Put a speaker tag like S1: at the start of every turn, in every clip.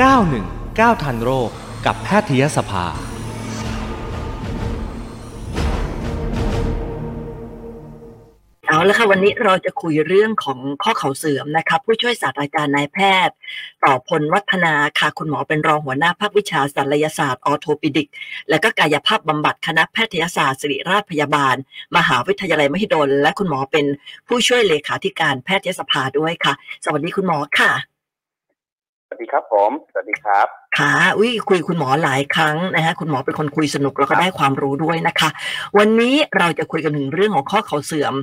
S1: 919 ทันโรคกับแพทยสภา
S2: เอาละค่ะวันนี้เราจะคุยเรื่องของข้อเข่าเสื่อมนะคะผู้ช่วยศาสตราจารย์นายแพทย์ ต่อพลวัฒนาค่ะคุณหมอเป็นรองหัวหน้าภาควิชาศัลยศาสตร์ออโทปิดิก และก็กายภาพบำบัดคณะแพทยศาสตร์ศิริราชพยาบาล มหาวิทยาลัยมหิดล และคุณหมอเป็นผู้ช่วยเลขาธิการแพทยสภาด้วยค่ะ สวัสดีคุณหมอค่ะ
S3: สวัสดีครับผม สวัสดีครับ
S2: ค่ะอุ้ยคุยคุณหมอหลายครั้งนะฮะคุณหมอเป็นคนคุยสนุกแล้วก็ได้ความรู้ด้วยนะคะ วันนี้เราจะคุยกันถึงเรื่องของข้อเข่าเสื่อม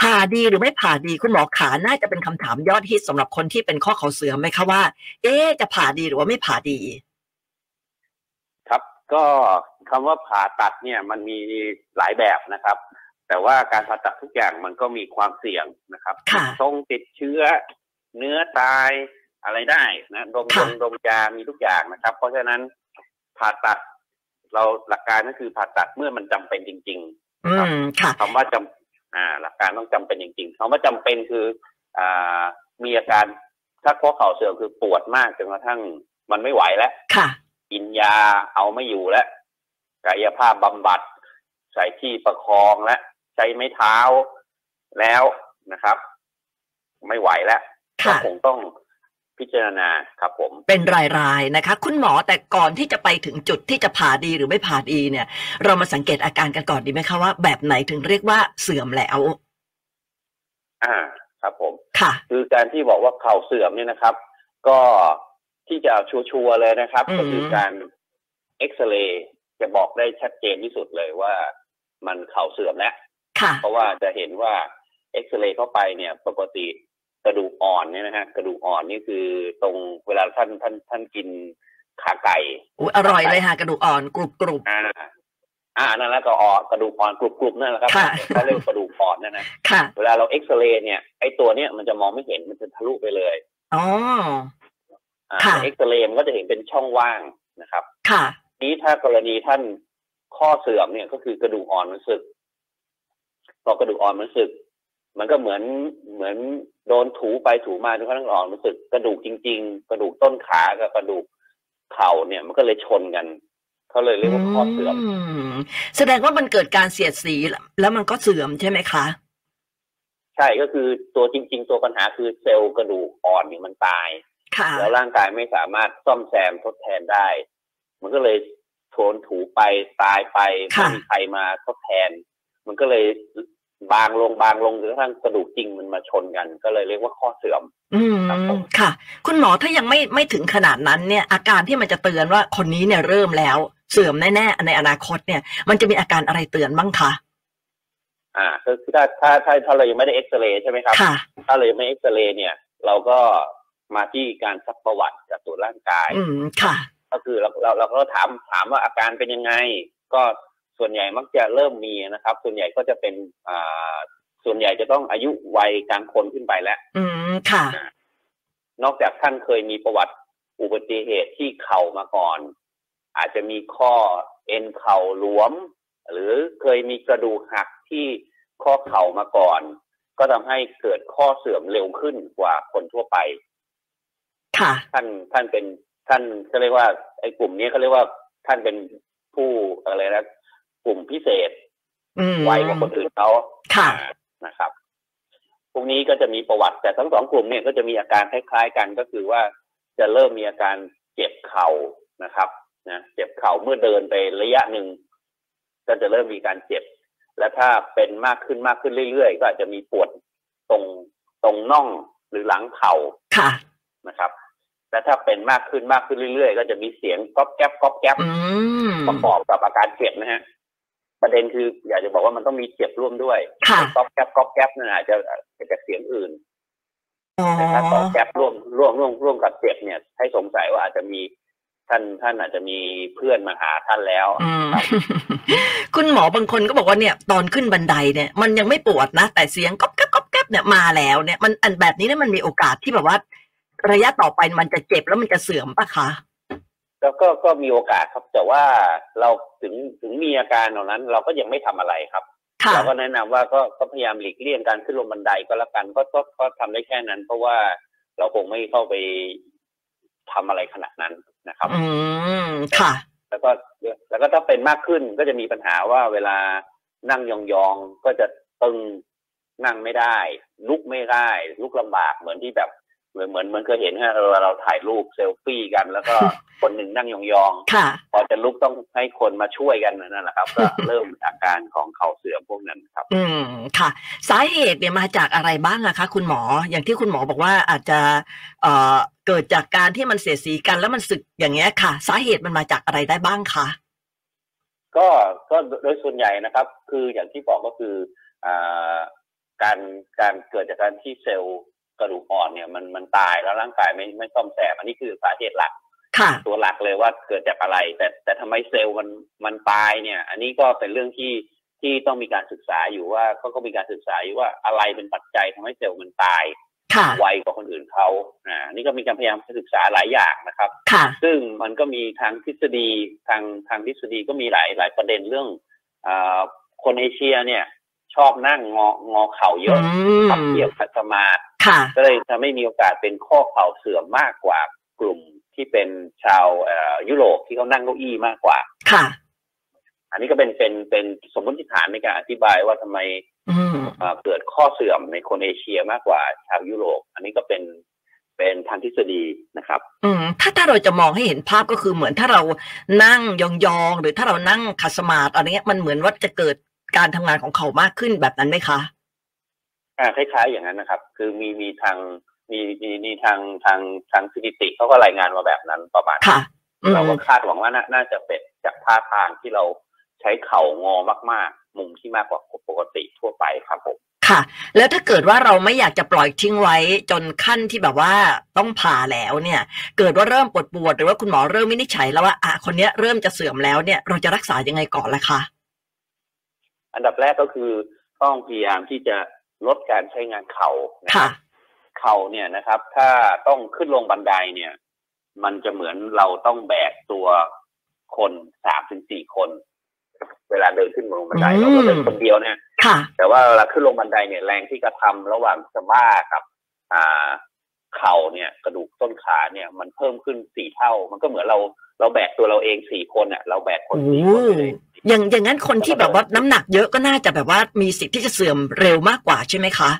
S2: ผ่าดีหรือไม่ผ่าดีคุณหมอขาน่าจะเป็นคำถามยอดฮิตสำหรับคนที่เป็นข้อเข่าเสื่อมไหมคะว่า เอ๊ะจะผ่าดีหรือว่าไม่ผ่าดี
S3: ครับ ก็คำว่าผ่าตัดเนี่ยมันมีหลายแบบนะครับ แต่ว่าการผ่าตัดทุกอย่างมันก็มีความเสี่ยงนะครับ
S2: ค่ะ
S3: ทรงติดเชื้อ เนื้อตายอะไรได้นะดมยง
S2: ค่ะ
S3: ดมยามีทุกอย่างนะครับ เพราะฉะนั้นผ่าตัด เราหลักการก็คือผ่าตัดเมื่อมันจำเป็นจริง
S2: อืมค่ะ
S3: ๆคำว่าจำอ่า หลักการต้องจำเป็นจริงๆคำว่าจำเป็นคืออ่ามีอาการถ้าข้อเข่าเสื่อมคือปวดมากจนกระทั่งมันไม่ไหวแล้ว
S2: ค่ะ
S3: กินยาเอาไม่อยู่แล้วกายภาพบำบัด ใส่ที่ประคองและใช้ไม้เท้าแล้วนะครับ ไม่ไหวแล้วก็
S2: ค่ะ
S3: คงต้องพิจารณาครับผม
S2: เป็นรายๆนะคะ คุณหมอแต่ก่อนที่จะไปถึงจุดที่จะผ่าดีหรือไม่ผ่าดีเนี่ย เรามาสังเกตอาการกันก่อนดีไหมคะว่าแบบไหนถึงเรียกว่าเสื่อมแล้ว
S3: อ่า ครับผม
S2: ค่ะ
S3: คือการที่บอกว่าเข่าเสื่อมเนี่ยนะครับ ก็ที่จะเอาชัวร์ๆเลยนะครับ
S2: อืม
S3: ก็คือการเอ็กซเรย์จะบอกได้ชัดเจนที่สุดเลยว่ามันเข่าเสื่อมแล้ว
S2: ค่ะ
S3: เพราะว่าจะเห็นว่าเอ็กซเรย์เข้าไปเนี่ยปกติกระดูกอ่อนเนี่ยนะฮะกระดูกอ่อนนี่คือตรงเวลาท่านท่านท่านกินขาไก่
S2: อุ๊ยอร่อยเลยค่ะกระดูกอ่อนกรุบกรุบ
S3: อ่าอ่านั่นแหล้วก็อ่อนกระดูกอ่อนกรุบๆนั่นแหละครับ
S2: ค่ะ
S3: เขาเรียกกระดูกอ่อนนั่นนะ
S2: ๆค่ะ
S3: เวลาเราเอ็กซเรย์เนี่ยไอตัวเนี้ยมันจะมองไม่เห็นมันจะทะลุไปเลย
S2: อ๋อ
S3: อ่า
S2: ค่ะ
S3: เอ็กซเรย์มันก็จะเห็นเป็นช่องว่างนะครับ
S2: ค่ะ
S3: นี้ถ้ากรณีท่านข้อเสื่อมเนี่ยก็คือกระดูกอ่อนมันสึกพอกระดูกอ่อนมันสึก มันก็เหมือนเหมือนโดนถูไปถูมาจนกระทั่งอ่อนมันสึก กระดูกจริง ๆ กระดูกต้นขากับกระดูกเข่าเนี่ย มันก็เลยชนกันเขาเลยเรียกว่าข้อเสื่อม
S2: มแสดงว่ามันเกิดการเสียดสีแล้วแล้วมันก็เสื่อมใช่ไหมคะ
S3: ใช่ก็คือตัวจริง ๆ ตัวปัญหาคือเซลล์กระดูกอ่อนเนี่ยมันตาย
S2: ค่ะ
S3: แล้วร่างกายไม่สามารถซ่อมแซมทดแทนได้ มันก็เลยโทนถูไปตายไปไม่
S2: ค่ะ
S3: มีใครมาทดแทน มันก็เลยบางลงบางลงจนกระทั่งกระดูกจริงมันมาชนกัน ก็เลยเรียกว่าข้อเสื่อม
S2: อื
S3: ครับผม ม
S2: ค่ะ คุณหมอถ้ายังไม่ไม่ถึงขนาดนั้นเนี่ย อาการที่มันจะเตือนว่าคนนี้เนี่ยเริ่มแล้ว เสื่อมแน่ๆในอนาคตเนี่ย มันจะมีอาการอะไรเตือนบ้างคะ
S3: อ่าก็คือถ้าถ้าถ้าถ้าเรายังไม่ได้เอ็กซเรย์ใช่ไหมครับ
S2: ค่ะ
S3: ถ้าเรายังไม่เอ็กซเรย์เนี่ย เราก็มาที่การซักประวัติจากตัวจร่างกาย
S2: อืมค่ะ
S3: ก็คือเราเราเราก็ถามถามว่าอาการเป็นยังไง ก็ส่วนใหญ่มักจะเริ่มมีนะครับ ส่วนใหญ่ก็จะเป็นอ่าส่วนใหญ่จะต้องอายุวัยกลางคนขึ้นไปแล้ว
S2: อืมค่ะ
S3: นอกจากท่านเคยมีประวัติอุบัติเหตุที่เข่ามาก่อน อาจจะมีข้อเอ็นเข่าหลวม หรือเคยมีกระดูกหักที่ข้อเข่ามาก่อน ก็ทำให้เกิดข้อเสื่อมเร็วขึ้นกว่าคนทั่วไป
S2: ค่ะ
S3: ท่านท่านเป็นท่านก็เรียกว่าไอ้กลุ่มนี้ก็เรียกว่าท่านเป็นผู้อะไรนะกลุ่มพิเศษ
S2: อืม
S3: ไวกว่าคนอื่นเขา
S2: ค่ะ
S3: นะครับ พวกนี้ก็จะมีประวัติแต่ทั้งสองกลุ่มเนี่ยก็จะมีอาการคล้าย ๆ กันก็คือว่าจะเริ่มมีอาการเจ็บเข่านะครับนะเจ็บเข่าเมื่อเดินไประยะหนึ่งก็จะเริ่มมีการเจ็บ และถ้าเป็นมากขึ้นมากขึ้นเรื่อยๆ ก็อาจจะมีปวดตรงตรงน่องหรือหลังเข่า
S2: ค่ะ
S3: นะครับและถ้าเป็นมากขึ้นมากขึ้นเรื่อยๆ ก็จะมีเสียงก๊อบแก๊บก๊อบแก๊บ
S2: อืม
S3: ประกอบกับอาการเจ็บนะฮะ ประเด็นคืออยากจะบอกว่ามันต้องมีเจ็บร่วมด้วย
S2: ค่ะ
S3: ก๊อบแก๊บก๊อบแก๊บนั่นอาจจะอาจจะเสียงอื่น
S2: อ๋อ
S3: แต่ถ้าก๊อบแก๊บร่วมร่วมร่วมร่วมกับเจ็บเนี่ย ให้สงสัยว่าอาจจะมีท่านท่านอาจจะมีเพื่อนมาหาท่านแล้ว
S2: อืม คุณหมอบางคนก็บอกว่าเนี่ย ตอนขึ้นบันไดเนี่ย มันยังไม่ปวดนะ แต่เสียงก๊อบแก๊บก๊อบแก๊บเนี่ยมาแล้วเนี่ยมันอันแบบนี้เนี่ยมันมีโอกาสที่แบบว่า ระยะต่อไปมันจะเจ็บแล้วมันจะเสื่อมปะคะ
S3: แล้วก็ก็มีโอกาสครับแต่ว่าเราถึงถึงมีอาการเหล่านั้น เราก็ยังไม่ทำอะไรครับ
S2: ค่ะ
S3: เราก็แนะนำว่าก็ก็พยายามหลีกเลี่ยงการขึ้นลงบันไดก็แล้วกันก็ก็ก็ทำได้แค่นั้น เพราะว่าเราคงไม่เข้าไป ทำอะไรขนาดนั้นนะครับ
S2: อืมค่ะ
S3: แล้วก็แล้วก็ถ้าเป็นมากขึ้นก็จะมีปัญหาว่าเวลานั่งยองๆก็จะตึงนั่งไม่ได้ ลุกไม่ได้ ลุกลำบากเหมือนที่แบบเหมือนเหมือนเหมือนเคยเห็นฮะเวลาเราถ่ายรูปเซลฟี่กัน แล้ว ก็ คนหนึ่งนั่งยอง
S2: ค่ะ
S3: ๆพอจะลุกต้องให้คนมาช่วยกันนั่นแหละครับ ก็เริ่มอาการของเข่าเสื่อมพวกนั้นครับ
S2: อืมค่ะ สาเหตุเนี่ยมาจากอะไรบ้างอะคะ คุณหมออย่างที่คุณหมอบอกว่าอาจจะ เอ่อเกิดจากการที่มันเสียดสีกันแล้วมันสึกอย่างเงี้ยค่ะ สาเหตุมันมาจากอะไรได้บ้างคะ
S3: ก็ก็โดยส่วนใหญ่นะครับ คืออย่างที่บอกก็คืออ่าการการเกิดจากการที่เซลล์กระดูกอ่อนเนี่ยมันมันตายแล้วร่างกายไม่ไม่ซ่อมแซมอันนี้คือสาเหตุหลัก
S2: ค่ะ
S3: ตัวหลักเลยว่าเกิดจากอะไร แต่แต่ทำไมเซลล์มันมันตายเนี่ย อันนี้ก็เป็นเรื่องที่ที่ต้องมีการศึกษาอยู่ว่าก็ก็มีการศึกษาอยู่ว่าอะไรเป็นปัจจัยทำให้เซลล์มันตาย
S2: ค่ะ
S3: ไวกว่าคนอื่นเขาอ่านี่ก็มีการพยายามศึกษาหลายอย่างนะครับ
S2: ค่ะ
S3: ซึ่งมันก็มีทางทฤษฎีทางทางทฤษฎีก็มีหลายหลายประเด็นเรื่องอาคนเอเชียเนี่ย ชอบนั่งงองอเข่าเย
S2: อื
S3: อะขับ
S2: ม
S3: เกี่ยวขัดสมาธิ
S2: ค่ะ
S3: ก็เลยทำให้มีโอกาสเป็นข้อเข่าเสื่อมมากกว่ากลุ่มที่เป็นชาวเอ่อยุโรปที่เขานั่งเก้าอี้มากกว่า
S2: ค่ะ
S3: อันนี้ก็เป็นเป็นเป็นสมมติฐานในการอธิบายว่าทำไม
S2: อืม
S3: เอ่อเกิดข้อเสื่อมในคนเอเชียมากกว่าชาวยุโรป อันนี้ก็เป็นเป็นทางทฤษฎีนะครับ
S2: อืมถ้าถ้าเราจะมองให้เห็นภาพก็คือเหมือนถ้าเรานั่งยองๆหรือถ้าเรานั่งขัดสมาธิอะไรเงี้ยมันเหมือนว่าจะเกิดการทำงานของเขามากขึ้นแบบนั้นไหมคะ
S3: อ่าคล้ายๆอย่างนั้นนะครับ คือมีมีทางมีมีมีทางทางทางสถิติเขาก็รายงานมาแบบนั้นประมาณนั้น
S2: ค่ะ อื
S3: เรา
S2: ม
S3: ก็คาดหวังว่าน่าน่าจะเป็นจากท่าทางที่เราใช้เข่างอมากๆ มุมที่มากกว่าปกติทั่วไปครับผม
S2: ค่ะ แล้วถ้าเกิดว่าเราไม่อยากจะปล่อยทิ้งไว้จนขั้นที่แบบว่าต้องผ่าแล้วเนี่ย เกิดว่าเริ่มปวดปวดหรือว่าคุณหมอเริ่มวินิจฉัยแล้วว่าอ่ะคนเนี้ยเริ่มจะเสื่อมแล้วเนี่ยเราจะรักษายังไงก่อนล่ะคะ
S3: อันดับแรกก็คือต้องพยายามที่จะลดการใช้งานเข่านะค
S2: ค่ะ
S3: รับเข่าเนี่ยนะครับ ถ้าต้องขึ้นลงบันไดเนี่ย มันจะเหมือนเราต้องแบกตัวคนสามถึงสี่คน เวลาเดินขึ้นลงบันไดเราก็เดินคนเดียวเนี่ย
S2: ค่ะ
S3: แต่ว่าเวลาขึ้นลงบันไดเนี่ยแรงที่กระทำระหว่างสะบ้ากับ อ่าเข่าเนี่ยกระดูกต้นขาเนี่ย มันเพิ่มขึ้นสี่เท่า มันก็เหมือนเราเราแบกตัวเราเองสี่คนอ่ะ เราแบกคนสี่คนไปเลย
S2: อย่างอย่างนั้นคนที่แบบว่าน้ำหนักเยอะก็น่าจะแบบว่ามีสิทธิ์ที่จะเสื่อมเร็วมากกว่าใช่ไหมคะ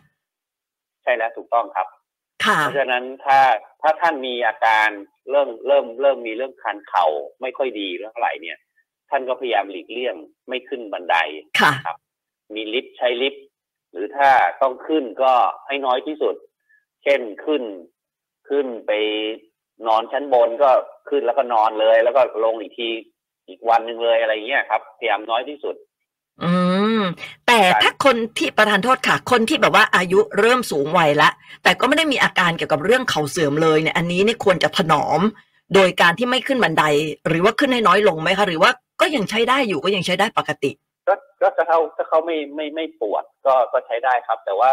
S3: ใช่แล้วถูกต้องครับ
S2: ค่ะ
S3: เพราะฉะนั้นถ้าถ้าท่านมีอาการเริ่มเริ่มเริ่มมีเรื่องคันเข่าไม่ค่อยดีเท่าไหร่เนี่ย ท่านก็พยายามหลีกเลี่ยงไม่ขึ้นบันได
S2: ค่ะ
S3: มีลิฟต์ใช้ลิฟต์หรือถ้าต้องขึ้นก็ให้น้อยที่สุด เช่นขึ้น ขึ้นไปนอนชั้นบนก็ขึ้นแล้วก็นอนเลย แล้วก็ลงอีกทีอีกวันหนึ่งเลยอะไรเงี้ยครับพยายามน้อยที่สุด
S2: อืม แต่ถ้าคนที่ประธานโทษค่ะ คนที่แบบว่าอายุเริ่มสูงวัยละแต่ก็ไม่ได้มีอาการเกี่ยวกับเรื่องเข่าเสื่อมเลยเนี่ย อันนี้เนี่ยควรจะถนอม โดยการที่ไม่ขึ้นบันได หรือว่าขึ้นให้น้อยลงไหมคะ หรือว่าก็ยังใช้ได้อยู่ก็ยังใช้ได้ปกติ
S3: ก็ก็ถ้าเขาถ้าเขาไม่ไม่ไม่ปวดก็ก็ใช้ได้ครับ แต่ว่า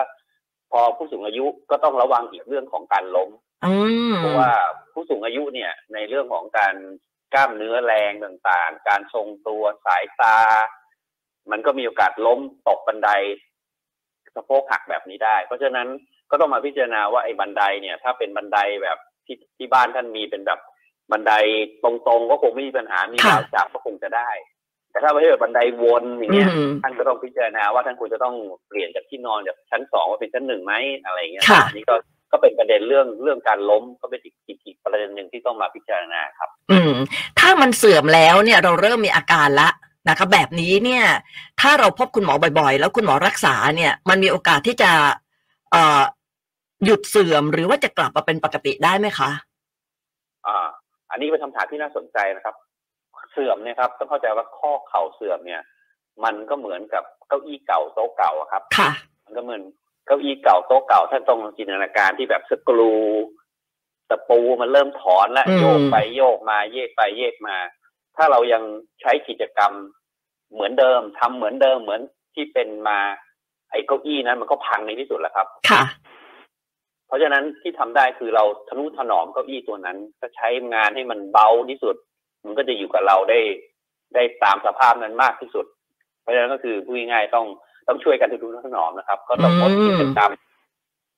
S3: พอผู้สูงอายุก็ต้องระวังอีกเรื่องของการล้ม
S2: อืม
S3: เพราะว่าผู้สูงอายุเนี่ยในเรื่องของการกล้ามเนื้อแรงต่างๆ การทรงตัวสายตา มันก็มีโอกาสล้มตกบันไดสะโพกหักแบบนี้ได้ เพราะฉะนั้นก็ต้องมาพิจารณาว่าไอ้บันไดเนี่ย ถ้าเป็นบันไดแบบที่ที่บ้านท่านมีเป็นแบบบันไดตรงๆก็คงไม่มีปัญหามี
S2: ค่ะ
S3: ราวจับก็คงจะได้ แต่ถ้าไม่ใช่แบบบันไดวนอย่าง
S2: อื
S3: เงี้ย
S2: ม
S3: ท่านก็ต้องพิจารณาว่าท่านควรจะต้องเปลี่ยนจากที่นอนจากชั้นสองมาเป็นชั้นหนึ่งไหมอะไรอย่างเงี้ย
S2: ค่ะ
S3: อันนี้ก็ก็เป็นประเด็นเรื่องเรื่องการล้มก็เป็นอีกอีกอีกประเด็นหนึ่งที่ต้องมาพิจารณาครับ
S2: อืม ถ้ามันเสื่อมแล้วเนี่ยเราเริ่มมีอาการละนะคะ แบบนี้เนี่ย ถ้าเราพบคุณหมอบ่อยๆ แล้วคุณหมอรักษาเนี่ย มันมีโอกาสที่จะเอ่อหยุดเสื่อมหรือว่าจะกลับมาเป็นปกติได้ไหมคะ
S3: อ่า อันนี้เป็นคำถามที่น่าสนใจนะครับ เสื่อมเนี่ยครับต้องเข้าใจว่าข้อเข่าเสื่อมเนี่ย มันก็เหมือนกับเก้าอี้เก่าโต๊ะเก่าอะครับ
S2: ค่ะ
S3: มันก็เหมือนเก้าอี้เก่าโต๊ะเก่าถ้าตรงจินตนาการที่แบบสกรูตะปูมันเริ่มถอนแล้ว
S2: อืม
S3: โยกไปโยกมาเยกไปเยกมา ถ้าเรายังใช้กิจกรรมเหมือนเดิมทำเหมือนเดิมเหมือนที่เป็นมาไอ้เก้าอี้นั้นมันก็พังในที่สุดแหละครับ
S2: ค่ะ
S3: เพราะฉะนั้นที่ทำได้คือเราทนุถนอมเก้าอี้ตัวนั้นก็ใช้งานให้มันเบาที่สุด มันก็จะอยู่กับเราได้ได้ตามสภาพนั้นมากที่สุด เพราะฉะนั้นก็คือพูดง่ายๆต้องต้องช่วยกันทนุถนอมนะครับ ก็ต้องงดกิจกรรม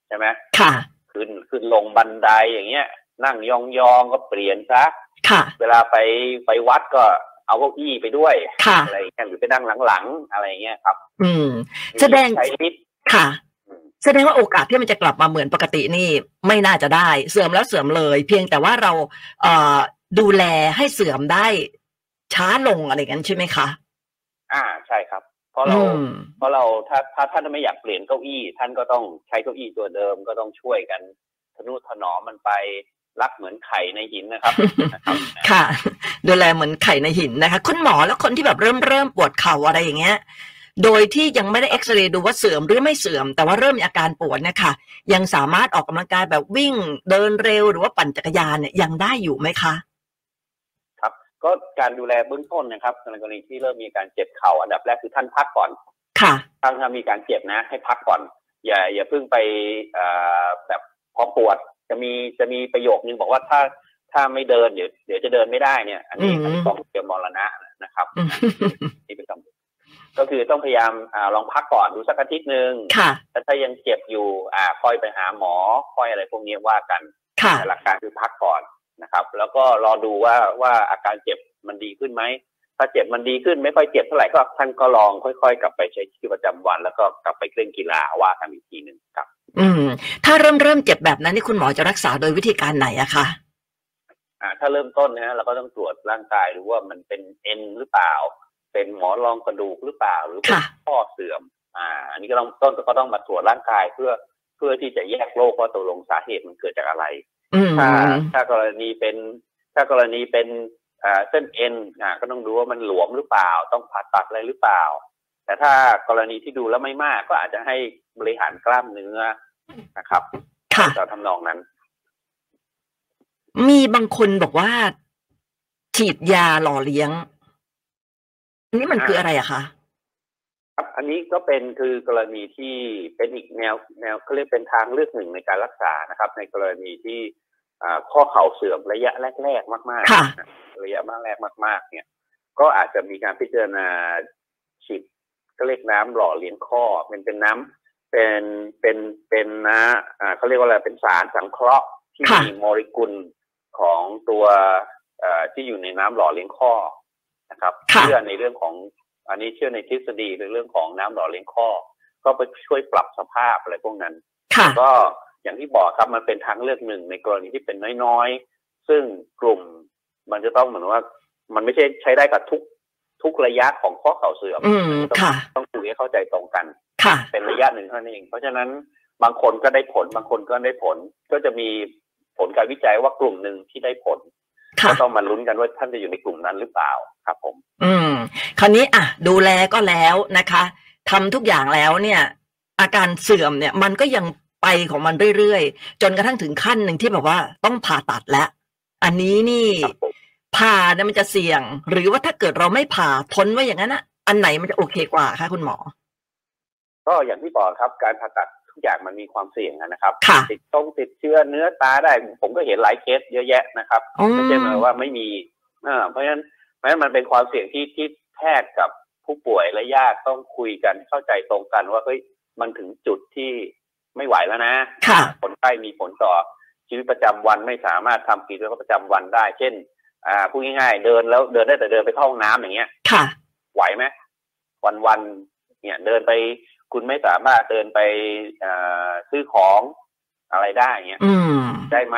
S3: ใช่ไหม
S2: ค่ะ
S3: ขึ้นขึ้นลงบันไดอย่างเงี้ย นั่งยองๆก็เปลี่ยนซะ
S2: ค่ะ
S3: เวลาไปไปวัดก็เอาเก้าอี้ไปด้วย
S2: ค่ะ
S3: อะไรอย่างเงี้ยหรือไปนั่งหลังๆอะไรอย่างเงี้ยครับ
S2: อืม แสดง
S3: ใช้ลิฟต์
S2: ค่ะ
S3: อืม
S2: แสดงว่าโอกาสที่มันจะกลับมาเหมือนปกตินี่ไม่น่าจะได้ เสื่อมแล้วเสื่อมเลย เพียงแต่ว่าเราเอ่อดูแลให้เสื่อมได้ช้าลงอะไรอย่างนั้นใช่ไหมคะ
S3: อ่าใช่ครับ เพราะ
S2: อื
S3: เรา
S2: ม
S3: เพราะเราถ้าถ้าท่านไม่อยากเปลี่ยนเก้าอี้ ท่านก็ต้องใช้เก้าอี้ตัวเดิมก็ต้องช่วยกันทนุถนอมมันไปรักเหมือนไข่ในหินนะครับ นะครับ
S2: ค่ะ ดูแลเหมือนไข่ในหินนะคะ คุณหมอแล้วคนที่แบบเริ่มเริ่มปวดเข่าอะไรอย่างเงี้ย โดยที่ยังไม่ได้เอ็กซเรย์ดูว่าเสื่อมหรือไม่เสื่อม แต่ว่าเริ่มมีอาการปวดเนี่ยค่ะ ยังสามารถออกกำลังกายแบบวิ่งเดินเร็วหรือว่าปั่นจักรยานเนี่ยยังได้อยู่ไหมคะ
S3: ก็การดูแลเบื้องต้นนะครับในกรณีที่เริ่มมีการเจ็บเข่าอันดับแรกคือท่านพักก่อน
S2: ค่ะ
S3: ท่านถ้ามีการเจ็บนะให้พักก่อน อย่าอย่าเพิ่งไปเอ่อแบบพอปวดจะมีจะมีประโยคนึงบอกว่าถ้าถ้าไม่เดินเดี๋ยวเดี๋ยวจะเดินไม่ได้เนี่ย อันนี้
S2: อืม
S3: อันนี้ของเกี่ยวมรณะนะครับ
S2: อืม
S3: นี่เป็นคำก็คือต้องพยายามอาลองพักก่อนดูสักอาทิตย์หนึ่ง
S2: ค่ะ
S3: แล้วถ้ายังเจ็บอยู่อ่าค่อยไปหาหมอ ค่อยอะไรพวกนี้ว่ากัน
S2: ค่ะ
S3: แต่หลักการคือพักก่อนนะครับ แล้วก็รอดูว่าว่าอาการเจ็บมันดีขึ้นไหม ถ้าเจ็บมันดีขึ้นไม่ค่อยเจ็บเท่าไหร่ก็ท่านก็ลองค่อย ๆ กลับไปใช้ชีวิตประจำวัน แล้วก็กลับไปเล่นกีฬาว่ากันอีกทีหนึ่งครับ
S2: อืม ถ้าเริ่มเริ่มเจ็บแบบนั้นนี่คุณหมอจะรักษาโดยวิธีการไหนอะคะ
S3: อ่าถ้าเริ่มต้นนะฮะเราก็ต้องตรวจร่างกายดูว่ามันเป็นเอ็นหรือเปล่า เป็นหมอนรองกระดูกหรือเปล่าหรือเป็น
S2: ค่ะ
S3: ข้อเสื่อม อ่า อันนี้ก็ต้องต้นก็ต้องมาตรวจร่างกายเพื่อเพื่อที่จะแยกโรคว่าตกลงสาเหตุมันเกิดจากอะไร
S2: อืม
S3: ถ้าถ้ากรณีเป็นถ้ากรณีเป็นอ่าเส้นเอ็นอ่าก็ต้องดูว่ามันหลวมหรือเปล่า ต้องผ่าตัดอะไรหรือเปล่า แต่ถ้ากรณีที่ดูแล้วไม่มากก็อาจจะให้บริหารกล้ามเนื้อนะครับ
S2: ค่ะ
S3: ต่อทำนองนั้น
S2: มีบางคนบอกว่า ฉีดยาหล่อเลี้ยง อันนี้มันคืออะไรอะคะ
S3: ครับอันนี้ก็เป็นคือกรณีที่เป็นอีกแนวแนวเขาเรียกเป็นทางเลือกหนึ่งในการรักษานะครับ ในกรณีที่อ่าข้อเข่าเสื่อมระยะแรก ๆ มาก
S2: ค่ะ
S3: ๆนะระยะมากแรกมากๆ เนี่ย ก็อาจจะมีการพิจารณาฉีดก็เรียกน้ำหล่อเลี้ยงข้อเป็นเป็นน้ำเป็นเป็นเป็นนะอ่าเขาเรียกว่าอะไรเป็นสารสังเคราะห์ที่
S2: ค่ะ
S3: มีโมเลกุลของตัวเอ่อที่อยู่ในน้ำหล่อเลี้ยงข้อนะครับ
S2: ค่ะ
S3: เชื่อในเรื่องของ อันนี้เชื่อในทฤษฎีในเรื่องของน้ำหล่อเลี้ยงข้อ ก็ไปช่วยปรับสภาพอะไรพวกนั้น
S2: ค่ะ
S3: ก็อย่างที่บอกครับมันเป็นทางเลือกหนึ่งในกรณีที่เป็นน้อยๆ ซึ่งกลุ่มมันจะต้องเหมือนว่า มันไม่ใช่ใช้ได้กับทุกทุกระยะของข้อเข่าเสื่อม
S2: อืม ค่ะ
S3: ต้องคุยให้เข้าใจตรงกัน
S2: ค่ะ
S3: เป็นระยะหนึ่งเท่านั้นเอง เพราะฉะนั้นบางคนก็ได้ผลบางคนก็ได้ผล ก็จะมีผลการวิจัยว่ากลุ่มหนึ่งที่ได้ผล
S2: ค่ะ
S3: ก็ต้องมาลุ้นกันว่าท่านจะอยู่ในกลุ่มนั้นหรือเปล่าครับผม
S2: อืม คราวนี้อ่ะ ดูแลก็แล้วนะคะทำทุกอย่างแล้วเนี่ย อาการเสื่อมเนี่ย มันก็ยังไปของมันเรื่อยๆ จนกระทั่งถึงขั้นหนึ่งที่แบบว่าต้องผ่าตัดแล้ว อันนี้นี่
S3: ครับผม
S2: ผ่าเนี่ยมันจะเสี่ยง หรือว่าถ้าเกิดเราไม่ผ่าทนไว้อย่างนั้นอะอันไหนมันจะโอเคกว่าคะคุณหมอ
S3: ก็อย่างที่บอกครับการผ่าตัดทุกอย่างมันมีความเสี่ยงนะครับ
S2: ค่ะ
S3: ติดต้องติดเชื้อเนื้อตาได้ ผมก็เห็นหลายเคสเยอะแยะนะครับ
S2: อื
S3: ไม่ใช่หมาย
S2: ม
S3: ว่าไม่มีอ่าเพราะฉะนั้นเพราะฉะนั้นมันเป็นความเสี่ยงที่ที่แพทย์กับผู้ป่วยและญาติต้องคุยกันเข้าใจตรงกันว่าเฮ้ยมันถึงจุดที่ไม่ไหวแล้วนะ
S2: ค่ะ
S3: คนไข้มีผลต่อชีวิตประจำวันไม่สามารถทำกิจวัตรประจำวันได้ เช่น อ่าพูดง่ายๆเดินแล้วเดินได้แต่เดินไปเข้าห้องน้ำอย่างเงี้ย
S2: ค่ะ
S3: ไหวไหมวันวันๆเนี่ยเดินไปคุณไม่สามารถเดินไปเอ่อซื้อของอะไรได้เงี้ย
S2: อืม
S3: ได้ไหม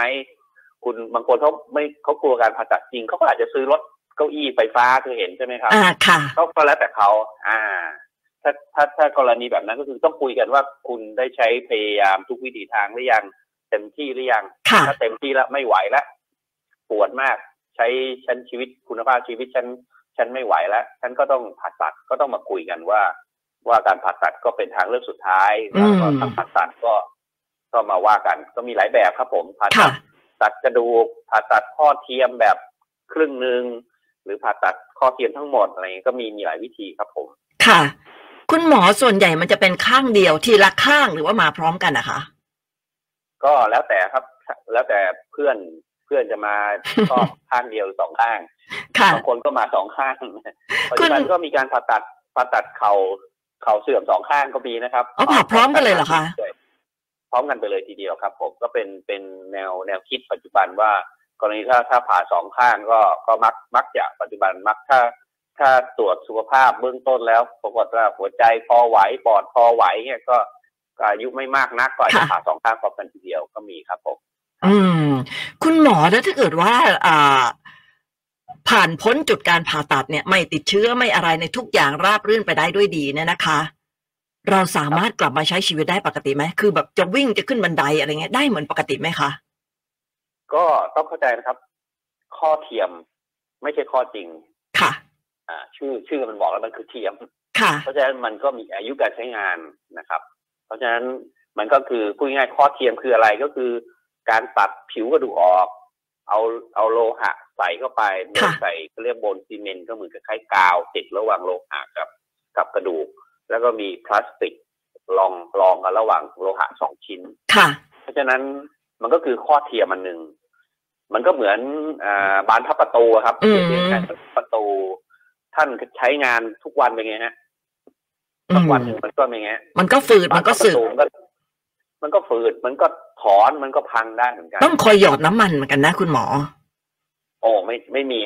S3: คุณบางคนเขาไม่เขากลัวการผ่าตัดจริงเขาก็อาจจะซื้อรถเก้าอี้ไฟฟ้าเคยเห็นใช่ไหมครับ
S2: อ่าค่ะ
S3: เขาก็แล้วแต่เขาอ่า ถ้าถ้าถ้ากรณีแบบนั้นก็คือต้องคุยกันว่าคุณได้ใช้พยายามทุกวิถีทางหรือยังเต็มที่หรือยัง
S2: ค่ะ
S3: ถ้าเต็มที่แล้วไม่ไหวแล้วปวดมากใช้ชั้นชีวิตคุณภาพชีวิตฉันฉันไม่ไหวแล้วฉันก็ต้องผ่าตัดก็ต้องมาคุยกันว่า ว่าการผ่าตัดก็เป็นทางเลือกสุดท้าย
S2: อื
S3: แล้ว
S2: ม
S3: ก็ทางผ่าตัดก็ก็มาว่ากัน ก็มีหลายแบบครับผมผ่า
S2: ค่ะ
S3: ตัดตัดกระดูกผ่าตัดข้อเทียมแบบครึ่งหนึ่งหรือผ่าตัดข้อเทียมทั้งหมดอะไรอย่างเงี้ยก็มีมีหลายวิธีครับผม
S2: ค่ะ คุณหมอส่วนใหญ่มันจะเป็นข้างเดียวทีละข้างหรือว่ามาพร้อมกันนะคะ
S3: ก็แล้วแต่ครับ แล้วแต่เพื่อนเพื่อนจะมาชอบ ข้างเดียวหรือสองข้าง
S2: ค่ะ
S3: บางคนก็มาสองข้ างปัจจุบันก็มีการผ่าตัดผ่าตัดเข่าเข่าเสื่อมสองข้างก็มีนะครับ
S2: อ๋อผ่าพร้อมกันเลยเหรอคะ
S3: พร้อมกันไปเลยทีเดียวครับ ผมก็เป็นเป็นแนวแนวคิดปัจจุบันว่ากรณีถ้าถ้าผ่าสองข้างก็ก็มักมักจะปัจจุบันมักถ้า ถ้าตรวจสุขภาพเบื้องต้นแล้วปรากฏว่าหัวใจพอไหวปอดพอไหวเนี่ยก็ก็อายุไม่มากนักก็อาจจะ
S2: ค่ะ
S3: ผ่าสองข้างพร้อมกันทีเดียวก็มีครับผม
S2: อืม คุณหมอแล้วถ้าเกิดว่าอ่า ผ่านพ้นจุดการผ่าตัดเนี่ย ไม่ติดเชื้อไม่อะไรในทุกอย่างราบรื่นไปได้ด้วยดีเนี่ยนะคะ เราสามารถกลับมาใช้ชีวิตได้ปกติไหมคือแบบจะวิ่งจะขึ้นบันไดอะไรเงี้ยได้เหมือนปกติไหมคะ
S3: ก็ต้องเข้าใจนะครับ ข้อเทียมไม่ใช่ข้อจริง
S2: ค่ะ
S3: อ่า ชื่อชื่อมันบอกแล้วมันคือเทียม
S2: ค่ะ
S3: เพราะฉะนั้นมันก็มีอายุการใช้งานนะครับ เพราะฉะนั้นมันก็คือพูดง่ายๆข้อเทียมคืออะไรก็คือ การตัดผิวกระดูกออก เอาเอาโลหะใส่เข้าไปโดย
S2: ค่ะ
S3: ใส่เขาเรียกโบนซีเมนต์ก็เหมือนกับคล้ายกาวติดระหว่างโลหะกับกับกระดูก แล้วก็มีพลาสติกรองรองกันระหว่างโลหะสองชิ้น
S2: ค่ะ
S3: เพราะฉะนั้นมันก็คือข้อเทียมอันหนึ่ง มันก็เหมือนอาบานพับประตูอะครับ
S2: อืม
S3: เปรียบเทียบกันกับประตู ท่านใช้งานทุกวันเป็นไงฮะ
S2: อื
S3: สัก
S2: ม
S3: วันหนึ่งมันก็ไม่เงี้ย
S2: มันก็ฝืดมันก็สึก
S3: บางประตูมันก็มันก็ฝืด มันก็ถอนมันก็พังได้เหมือนกัน
S2: ต้องคอยหยอดน้ำมันเหมือนกันนะคุณหมอ
S3: โอ้ไม่ไม่มี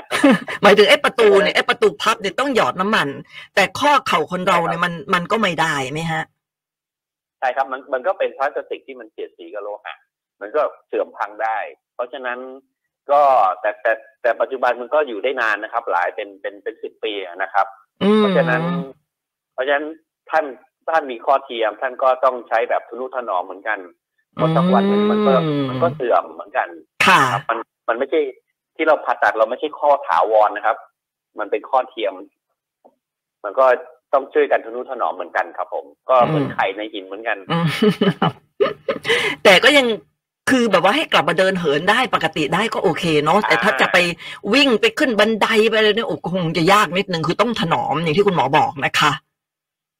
S2: หมายถึงไอ้ประตูเนี่ยไอ้ประตูพับเนี่ยต้องหยอดน้ำมัน แต่ข้อเข่าคนเราเนี่ยมันมันก็ไม่ได้ไหมฮะ
S3: ใช่ครับมันมันก็เป็นพลาสติกที่มันเสียดสีกับโลหะมันก็เสื่อมพังได้ เพราะฉะนั้นก็แต่แต่แต่ปัจจุบันมันก็อยู่ได้นานนะครับ หลายเป็นเป็นเป็นสิบปีอะนะครับ
S2: อืม
S3: เพราะฉะนั้น เพราะฉะนั้นท่านท่านมีข้อเทียม ท่านก็ต้องใช้แบบทนุถนอมเหมือนกันเพราะสักวันหนึ่งมันก็มันก็เสื่อมเหมือนกัน
S2: ค่ะ
S3: ครับมันมันไม่ใช่ที่เราผ่าตัดเราไม่ใช่ข้อถาวรนะครับ มันเป็นข้อเทียม มันก็ต้องช่วยกันทนุถนอมเหมือนกันครับ ผม ก็เหมือน
S2: อืม
S3: ไข่ในหินเหมือนกัน
S2: อืม แต่ก็ยังคือแบบว่าให้กลับมาเดินเหินได้ปกติได้ก็โอเคเนาะแต่ถ้าจะไปวิ่งไปขึ้นบันไดไปเลยเนี่ยโอ้โหคงจะยากนิดนึงคือต้องถนอมอย่างที่คุณหมอบอกนะคะ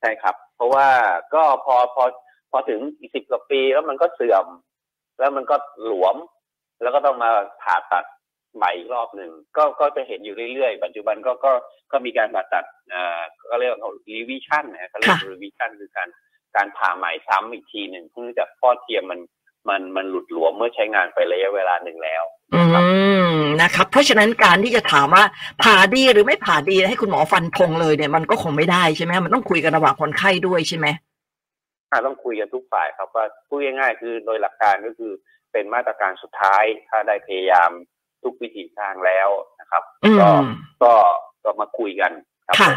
S3: ใช่ครับ เพราะว่าก็พอพอพอถึงอีกสิบกว่าปีแล้วมันก็เสื่อม แล้วมันก็หลวม แล้วก็ต้องมาผ่าตัดใหม่อีกรอบหนึ่งก็ก็จะเห็นอยู่เรื่อยๆ ปัจจุบันก็ก็ก็มีการผ่าตัดอ่าก็เรียกว่ารีวิชั่นนะฮะเขาเรียก
S2: ค่ะ
S3: รีวิชั่นคือการการผ่าใหม่ซ้ำอีกทีหนึ่งเนื่องจากข้อเทียมมันมันมันหลุดหลวมเมื่อใช้งานไประยะเวลาหนึ่งแล้ว
S2: อืมนะครับ เพราะฉะนั้นการที่จะถามว่าผ่าดีหรือไม่ผ่าดีให้คุณหมอฟันธงเลยเนี่ยมันก็คงไม่ได้ใช่ไหมมันต้องคุยกันระหว่างคนไข้ด้วยใช่ไหม
S3: อ่าต้องคุยกันทุกฝ่ายครับว่าพูดง่ายๆคือโดยหลักการก็คือเป็นมาตรการสุดท้าย ถ้าได้พยายามทุกวิธีทางแล้วนะครับ
S2: อื
S3: ก็
S2: ม
S3: ก็ก็มาคุยกันครับ
S2: ค่ะ
S3: ผม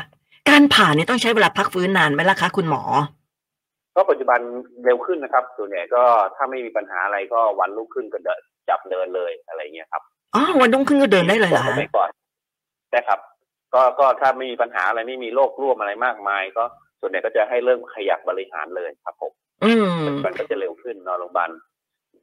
S2: การผ่านี่ต้องใช้เวลาพักฟื้นนานไหมล่ะคะคุณหมอ
S3: ก็ปัจจุบันเร็วขึ้นนะครับส่วนใหญ่ก็ถ้าไม่มีปัญหาอะไรก็วันลุกขึ้นก็เดินจับเดินเลยอะไรเงี้ยครับ
S2: อ๋อวันรุ่งขึ้นก็เดินได้เลยเหรอ
S3: ส
S2: ฮะ
S3: มัยก่อนนะครับ ก็ก็ถ้าไม่มีปัญหาอะไรไม่มีโรคร่วมอะไรมากมาย ก็ส่วนใหญ่ก็จะให้เริ่มขยับบริหารเลยครับผม
S2: อืม
S3: มันก็จะเร็วขึ้นนอนโรงพยาบาล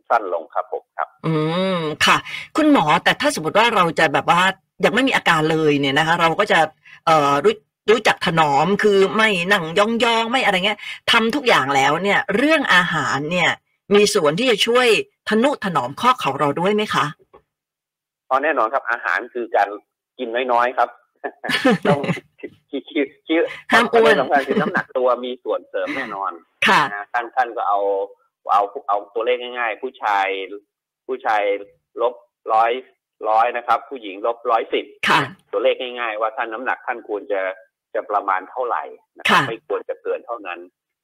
S3: สั้นลงครับผมครับ
S2: อืม ค่ะ คุณหมอแต่ถ้าสมมติว่าเราจะแบบว่ายังไม่มีอาการเลยเนี่ยนะคะ เราก็จะเอ่อรู้รู้จักถนอมคือไม่นั่งยองยองๆไม่อะไรเงี้ยทำทุกอย่างแล้วเนี่ย เรื่องอาหารเนี่ย มีส่วนที่จะช่วยทนุถนอมข้อเข่าเราด้วยไหมคะ
S3: อ๋อแน่นอนครับอาหารคือการกินน้อยๆครับ ต้องคิดคิดคิด
S2: ห้ามอ้วน
S3: สำคัญคือน้ำหนักตัวมีส่วนเสริมแน่นอน
S2: ค่ะ
S3: นะท่านท่านก็เอาเอาเอาตัวเลขง่าย ๆ ผู้ชาย ผู้ชายลบร้อยร้อยนะครับ ผู้หญิงลบร้อยสิบ
S2: ค่ะ
S3: ตัวเลขง่ายๆ ว่าท่านน้ำหนักท่านควรจะจะประมาณเท่าไหร่นะครับ
S2: ค่ะ
S3: ไม่ควรจะเกินเท่านั้น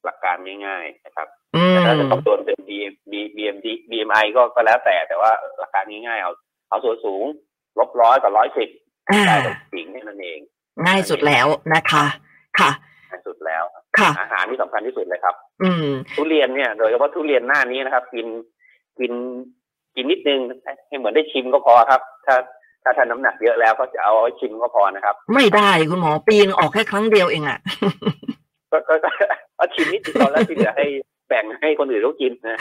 S3: หลักการง่ายๆนะครับ
S2: อื
S3: แต่ถ้าม จะคำนวณเป็น B B B M D B M I ก็ก็แล้วแต่แต่ว่าหลักการง่ายๆเอาเอาส่วนสูงลบร้อยกับร้อยสิบ
S2: อ่า
S3: ได้กับสิงแค่นั้นเอง
S2: ง่ายสุดแล้วนะคะ ค่ะ
S3: ในสุดแล้ว
S2: ค่ะ
S3: อาหารที่สำคัญที่สุดเลยครับ
S2: อืม
S3: ทุเรียนเนี่ยโดยเฉพาะทุเรียนหน้านี้นะครับ กินกินกินนิดนึงให้เหมือนได้ชิมก็พอครับ ถ้าถ้าท่านน้ำหนักเยอะแล้วก็จะเอาไว้ชิมก็พอนะครับ
S2: ไม่ได้คุณหมอปีนงออกแค่ครั้งเดียวเองอะ
S3: ก็ก็ก็เอาชิมนิดเดียวแล้วที่เหลือให้แบ่งให้คนอื่นเขากินนะ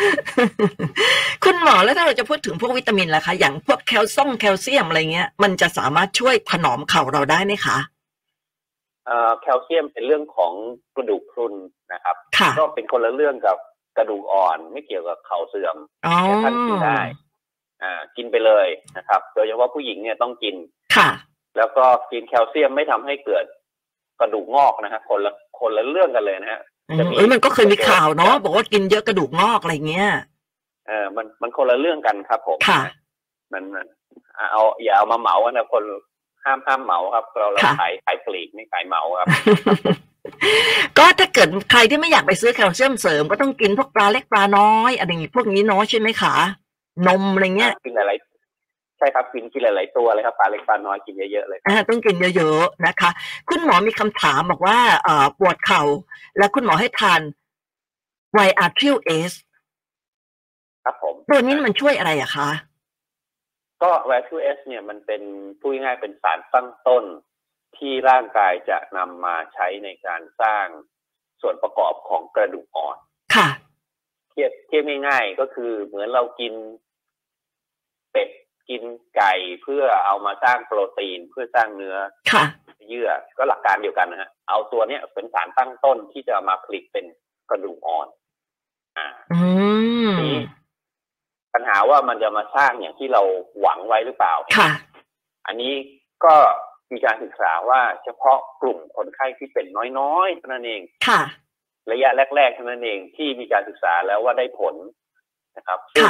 S2: คุณหมอแล้วถ้าเราจะพูดถึงพวกวิตามินล่ะคะ อย่างพวกแคลซ่องแคลเซียมอะไรเงี้ย มันจะสามารถช่วยถนอมเข่าเราได้ไหมคะ
S3: เอ่อแคลเซียมเป็นเรื่องของกระดูกพรุนนะครับ
S2: ค่ะ
S3: ก็เป็นคนละเรื่องกับกระดูกอ่อนไม่เกี่ยวกับเข่าเสื่อม
S2: อ๋อ
S3: แต่ท่านกินได้ อ่า กินไปเลยนะครับ โดยเฉพาะผู้หญิงเนี่ยต้องกิน
S2: ค่ะ
S3: แล้วก็กินแคลเซียมไม่ทำให้เกิดกระดูกงอกนะฮะคนละคนละเรื่องกันเลยนะฮะ
S2: อืมเอ้ยมันก็เคยมีข่าวเนาะบอกว่ากินเยอะกระดูกงอกอะไรเงี้ย
S3: เออมันมันคนละเรื่องกันครับผม
S2: ค่ะ
S3: มันมันอ่ะเอาอย่าเอามาเหมากันนะคนห้ามห้ามเหมาครับ เราเรา
S2: ค่ะ
S3: ขายขายปลีกไม่ขายเหมาครับ
S2: ก็ถ้าเกิดใครที่ไม่อยากไปซื้อแคลเซียมเสริมก็ต้องกินพวกปลาเล็กปลาน้อยอะไรอย่างงี้พวกนี้เนาะใช่ไหมคะ นมอะไรเงี้ย
S3: กินหลายๆใช่ครับกินกินหลายๆตัวเลยครับปลาเล็กปลาน้อยกินเยอะๆเลย
S2: อ่าต้องกินเยอะๆนะคะ คุณหมอมีคำถามบอกว่าเอ่อปวดเข่า และคุณหมอให้ทานไวอาทริลเอส
S3: ครับผม
S2: ตัวนี้มันช่วยอะไรอะคะ
S3: ก็แวทูเอสเนี่ยมันเป็นพูดง่ายๆเป็นสารตั้งต้น ที่ร่างกายจะนำมาใช้ในการสร้างส่วนประกอบของกระดูกอ่อน
S2: ค่ะ
S3: เทียบเทียบง่ายๆก็คือเหมือนเรากินเป็ดกินไก่เพื่อเอามาสร้างโปรตีนเพื่อสร้างเนื้อ
S2: ค่ะ
S3: เยื่อก็หลักการเดียวกันนะฮะเอาตัวเนี้ยเป็นสารตั้งต้นที่จะมาผลิตเป็นกระดูกอ่อน อ่า
S2: อืม
S3: ปัญหาว่ามันจะมาสร้างอย่างที่เราหวังไว้หรือเปล่า
S2: ค่ะ
S3: อันนี้ก็มีการศึกษาว่าเฉพาะกลุ่มคนไข้ที่เป็นน้อยๆเท่านั้นเอง
S2: ค่ะ
S3: ระยะแรกๆเท่านั้นเองที่มีการศึกษาแล้วว่าได้ผลนะครับซึ่ง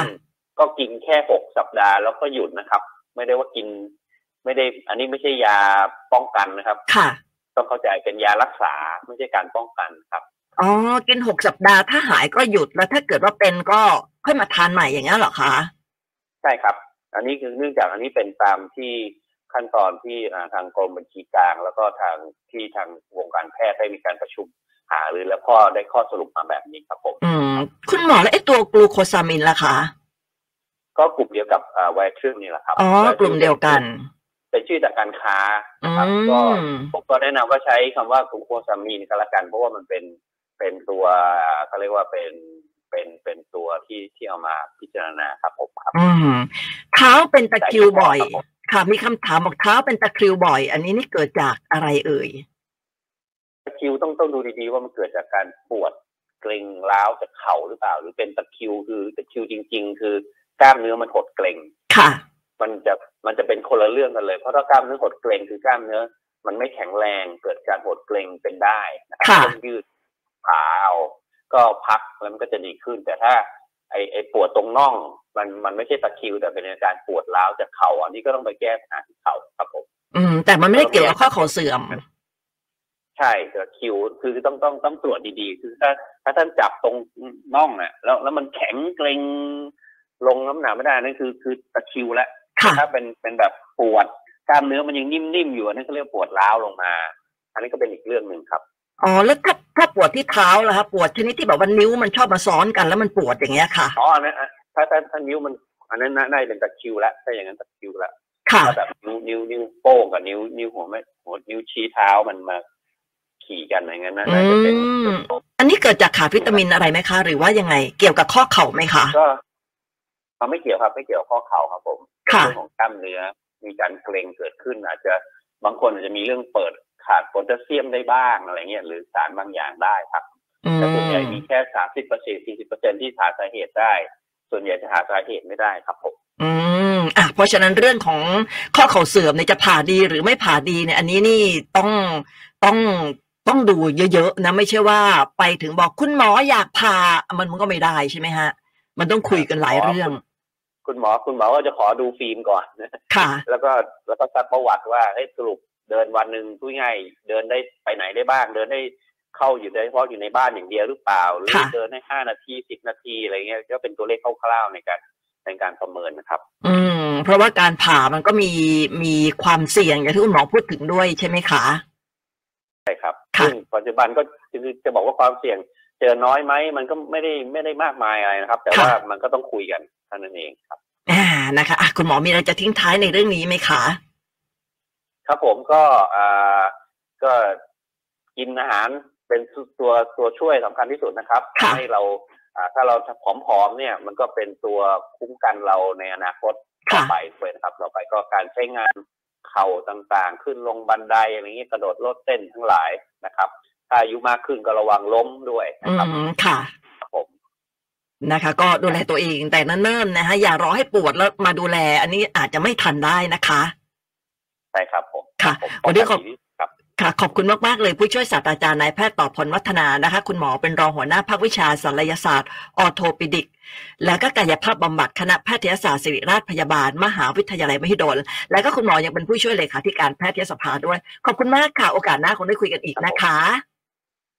S3: ก็กินแค่หกสัปดาห์แล้วก็หยุดนะครับ ไม่ได้ว่ากิน ไม่ได้ อันนี้ไม่ใช่ยาป้องกันนะครับ
S2: ค่ะ
S3: ต้องเข้าใจเป็นยารักษาไม่ใช่การป้องกันครับ
S2: อ๋อ กินหกสัปดาห์ถ้าหายก็หยุดแล้วถ้าเกิดว่าเป็นก็ค่อยมาทานใหม่อย่างนี้นเหรอคะ
S3: ใช่ครับ อันนี้คือเนื่องจากอันนี้เป็นตามที่ขั้นตอนที่อ่าทางกรมบัญชีกลาง แล้วก็ทางที่ทางวงการแพทย์ได้มีการประชุมหารือแล้วก็ได้ข้อสรุปมาแบบนี้ครับผม
S2: อืม คุณหมอแล้วไอ้ตัวกลูโคซามินล่ะคะ
S3: ก็กลุ่มเดียวกับไวทรึ่งนี่แหละครับ
S2: อ๋อ
S3: ไท
S2: กลุ่มเดียวกัน
S3: เป็นชื่อจากการค้า
S2: อื
S3: นะครับก็
S2: ม
S3: ผมก็แนะนำว่าใช้คำว่ากลูโคซามีนก็แล้วกัน เพราะว่ามันเป็นเป็นตัวอ่าเขาเรียกว่าเป็นเป็นเป็นตัวที่ที่เอามาพิจารณาครับผมครับ
S2: อืม เท้าเป็นตะคริวบ่อย ค่ะ มีคำถามบอกเท้าเป็นตะคริวบ่อย อันนี้นี่เกิดจากอะไรเอ่ย
S3: ตะคริวต้องต้องดูดีๆว่ามันเกิดจากการปวดเกร็งร้าวจากเข่าหรือเปล่า หรือเป็นตะคริวคือตะคริวจริง ๆ คือกล้ามเนื้อมันหดเกร็ง
S2: ค่ะ
S3: มันจะมันจะเป็นคนละเรื่องกันเลยเพราะถ้ากล้ามเนื้อหดเกร็งคือกล้ามเนื้อ มันไม่แข็งแรงเกิดการหดเกร็งเป็นได้นะครั
S2: ค่ะ
S3: ต้องยืดขาเอาก็พักแล้วมันก็จะดีขึ้น แต่ถ้า ไอไอปวดตรงน่อง มันมันไม่ใช่ตะคริวแต่เป็นอาการปวดร้าวจากเข่าอันนี้ก็ต้องไปแก้ปัญหาที่เข่าครับผม
S2: อืม แต่มันไม่ได้เกี่ยวกับข้อเข่าเสื่อม
S3: ใช่แต่คิวคือต้องต้องต้องตรวจดีๆ คือถ้าถ้าท่านจับตรงน่องน่ะแล้วแล้วมันแข็งเกร็งลงน้ำหนักไม่ได้นั่นคือคือตะคริวแล้ว
S2: ค่ะ
S3: ถ้าเป็นเป็นแบบปวดกล้ามเนื้อมันยังนิ่มๆอยู่อันนั้นเขาเรียกปวดร้าวลงมา อันนี้ก็เป็นอีกเรื่องหนึ่งครับ
S2: อ๋อ แล้วถ้าถ้าปวดที่เท้าล่ะคะปวดชนิดที่แบบว่านิ้วมันชอบมาซ้อนกันแล้วมันปวดอย่างเงี้ยค่ะ
S3: อ๋ออันนั้นอ่ะถ้าถ้าถ้านิ้วมัน อันนั้นน่าน่าจะเป็นตะคริวแล้วถ้าอย่างนั้นตะคริวแล้ว
S2: ค่ะ
S3: ถ้าแบบนิ้วนิ้วนิ้วโป้งกับนิ้วนิ้วหัวไม่หัวนิ้วชี้เท้ามันมาขี่กันอย่างนั้นน่าน่าจะเป็น
S2: อืม อันนี้เกิดจากขาดวิตามินอะไรไหมคะ หรือว่ายังไงเกี่ยวกับข้อเข่าไหมคะ
S3: ก็มันไม่เกี่ยวครับไม่เกี่ยวข้อเข่าครับผม
S2: ค่ะ
S3: เรื่องของกล้ามเนื้อมีการเกร็งเกิดขึ้น อาจจะบางคนอาจจะมีเรื่องเปิดขาดโพแทสเซียมได้บ้างอะไรเงี้ยหรือสารบางอย่างได้ครับ
S2: อื
S3: แต่ส่วนใหญ่
S2: ม
S3: มีแค่สามสิบเปอร์เซ็นสี่สิบเปอร์เซ็นที่หาสาเหตุได้ ส่วนใหญ่จะหาสาเหตุไม่ได้ครับผม
S2: อืม อ่ะ เพราะฉะนั้นเรื่องของข้อเข่าเสื่อมเนี่ยจะผ่าดีหรือไม่ผ่าดีเนี่ย อันนี้นี่ต้องต้องต้องดูเยอะๆนะไม่ใช่ว่าไปถึงบอกคุณหมออยากผ่ามันมันก็ไม่ได้ใช่ไหมฮะ มันต้องคุยกันหลายเรื่อง
S3: คุณหมอคุณหมอก็จะขอดูฟิล์มก่อน
S2: ค่ะ
S3: แล้วก็แล้วก็ซักประวัติว่าเฮ้ยสรุปเดินวันหนึ่งพูดง่ายๆเดินได้ไปไหนได้บ้าง เดินได้เข้าอยู่ได้เฉพาะอยู่ในบ้านอย่างเดียวหรือเปล่า หรือ
S2: ค่ะ
S3: เดินได้ห้านาทีสิบนาทีอะไรเงี้ยก็เป็นตัวเลขคร่าวๆในการในการประเมินนะครับ
S2: อืม เพราะว่าการผ่ามันก็มีมีความเสี่ยงอย่างที่คุณหมอพูดถึงด้วยใช่ไหมคะ
S3: ใช่ครับ
S2: ค่ะ
S3: ซึ่งปัจจุบันก็คือจะบอกว่าความเสี่ยงเจอน้อยไหมมันก็ไม่ได้ไม่ได้มากมายอะไรนะครับ แต่ว่ามันก็ต้องคุยกันเท่านั้นเองครับ
S2: อ่านะคะอ่ะคุณหมอมีอะไรจะทิ้งท้ายในเรื่องนี้ไหมคะ
S3: ครับผมก็อ่าก็กินอาหารเป็นตัวตัวช่วยสำคัญที่สุดนะครับ
S2: ค่ะ
S3: ให้เราอ่าถ้าเราผอมๆเนี่ย มันก็เป็นตัวคุ้มกันเราในอนาคตต่อ
S2: ค่ะ
S3: ไปด้วยนะครับ ต่อไปก็การใช้งานเข่าต่างๆ ขึ้นลงบันไดอะไรอย่างนี้กระโดดโลดเต้นทั้งหลายนะครับ ถ้าอายุมากขึ้นก็ระวังล้มด้วยนะ
S2: อื
S3: ครับ
S2: มค่ะ
S3: ครับผม
S2: นะคะ ก็ดูแลตัวเองแต่เนิ่นๆนะคะอย่ารอให้ปวดแล้วมาดูแล อันนี้อาจจะไม่ทันได้นะคะ
S3: ใช่ครับผม
S2: ค่ะ
S3: ผม
S2: วันนี้ขอบ
S3: ปกติครับ
S2: ค่ะ ขอบคุณมาก ๆ เลยผู้ช่วยศาสตราจารย์นายแพทย์ต่อพลวัฒนานะคะ คุณหมอเป็นรองหัวหน้าภาควิชาศัลยศาสตร์ออโทปิดิก และก็กายภาพบำบัดคณะแพทยศาสตร์ศิริราชพยาบาล มหาวิทยาลัยมหิดล และก็คุณหมอยังเป็นผู้ช่วยเลขาธิการแพทยสภาด้วย ขอบคุณมากค่ะ โอกาสหน้าคงได้คุยกันอีกนะคะ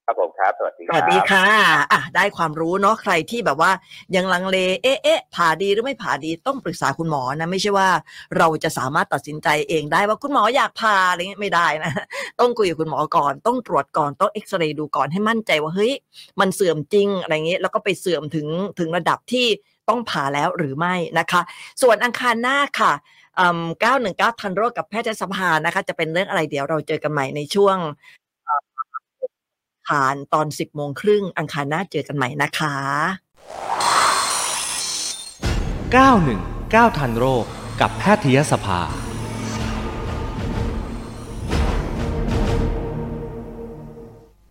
S3: ครับผมครับ สวัสดี
S2: ส
S3: ครับ
S2: วัสดีค่ะ อ่ะ ได้ความรู้เนาะ ใครที่แบบว่ายังลังเล เอ๊ะเอ๊ะผ่าดีหรือไม่ผ่าดี ต้องปรึกษาคุณหมอนะ ไม่ใช่ว่าเราจะสามารถตัดสินใจเองได้ว่าคุณหมออยากผ่าอะไรเงี้ยไม่ได้นะ ต้องคุยกับคุณหมอก่อน ต้องตรวจก่อน ต้องเอ็กซเรย์ดูก่อนให้มั่นใจว่า เฮ้ย มันเสื่อมจริงอะไรเงี้ย แล้วก็ไปเสื่อมถึงถึงระดับที่ต้องผ่าแล้วหรือไม่นะคะ ส่วนอังคารหน้าค่ะอืม919ทันโรคกับแพทยสภานะคะ จะเป็นเรื่องอะไรเดี๋ยวเราเจอกันใหม่ในช่วง ผ่านตอน 10โมงครึ่งอังคารหน้าเจอกันใหม่นะคะ
S1: 919 ทันโรคกับแพทยสภา